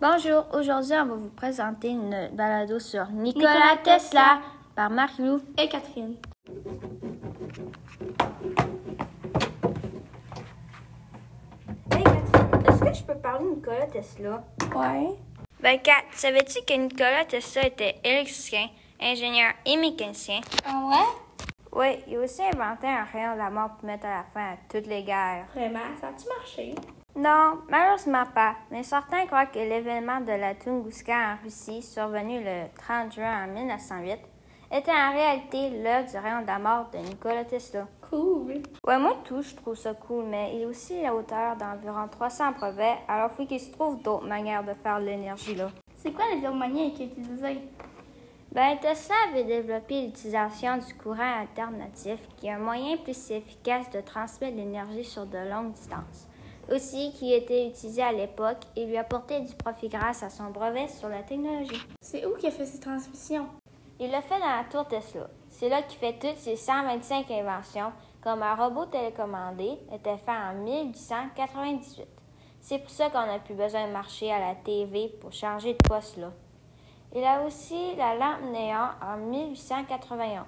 Bonjour, aujourd'hui on va vous présenter une balado sur Nikola, Tesla par Marie-Lou et Catherine. Hey Catherine, est-ce que je peux parler de Nikola Tesla? Ouais. 24. Ben, Savais-tu que Nikola Tesla était électricien, ingénieur et mécanicien? Ah ouais? Oui, il a aussi inventé un rayon de la mort pour mettre à la fin à toutes les guerres. Vraiment, ça a-tu marché? Non, malheureusement pas, mais certains croient que l'événement de la Tunguska en Russie, survenu le 30 juin en 1908, était en réalité l'œuvre du rayon de la mort de Nikola Tesla. Cool. Ouais, moi tout, je trouve ça cool, mais il est aussi l'auteur d'environ 300 brevets, alors faut qu'il se trouve d'autres manières de faire de l'énergie là. C'est quoi les harmonies qu'ils utilisaient? Ben, Tesla avait développé l'utilisation du courant alternatif, qui est un moyen plus efficace de transmettre l'énergie sur de longues distances. Aussi, qui était utilisé à l'époque et lui apportait du profit grâce à son brevet sur la technologie. C'est où qu'il a fait ses transmissions? Il l'a fait dans la tour Tesla. C'est là qu'il fait toutes ses 125 inventions, comme un robot télécommandé était fait en 1898. C'est pour ça qu'on n'a plus besoin de marcher à la TV pour changer de poste là. Il a aussi la lampe néon en 1891,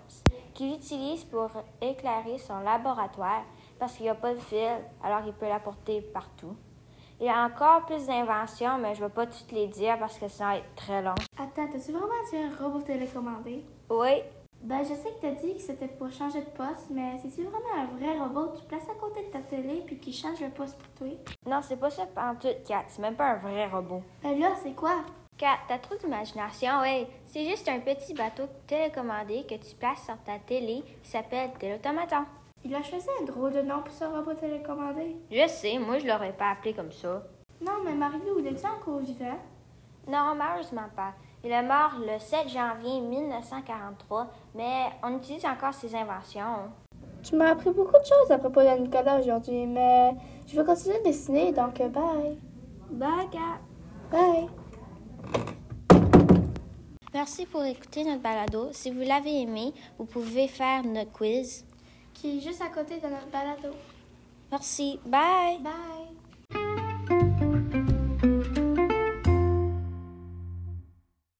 qu'il utilise pour éclairer son laboratoire parce qu'il n'y a pas de fil, alors il peut la porter partout. Il y a encore plus d'inventions, mais je ne vais pas toutes les dire parce que ça va être très long. Attends, t'as-tu vraiment dit un robot télécommandé? Oui, Ben, je sais que t'as dit que c'était pour changer de poste, mais c'est-tu vraiment un vrai robot que tu places à côté de ta télé puis qui change le poste pour toi? non, c'est pas ça en tout, Kat. C'est même pas un vrai robot. Ben là, c'est quoi? Kat, t'as trop d'imagination, oui. C'est juste un petit bateau télécommandé que tu places sur ta télé qui s'appelle Téléautomaton. Il a choisi un drôle de nom pour ce robot télécommandé. Je sais, moi je l'aurais pas appelé comme ça. Non, mais Mario, il est encore vivant? Non, malheureusement pas. Il est mort le 7 janvier 1943, mais on utilise encore ses inventions. Tu m'as appris beaucoup de choses à propos de Nicolas aujourd'hui, mais je vais continuer de dessiner, donc euh, bye. Bye, Kat! Bye. Merci pour écouter notre balado. Si vous l'avez aimé, vous pouvez faire notre quiz. Qui est juste à côté de notre balado. Merci. Bye! Bye.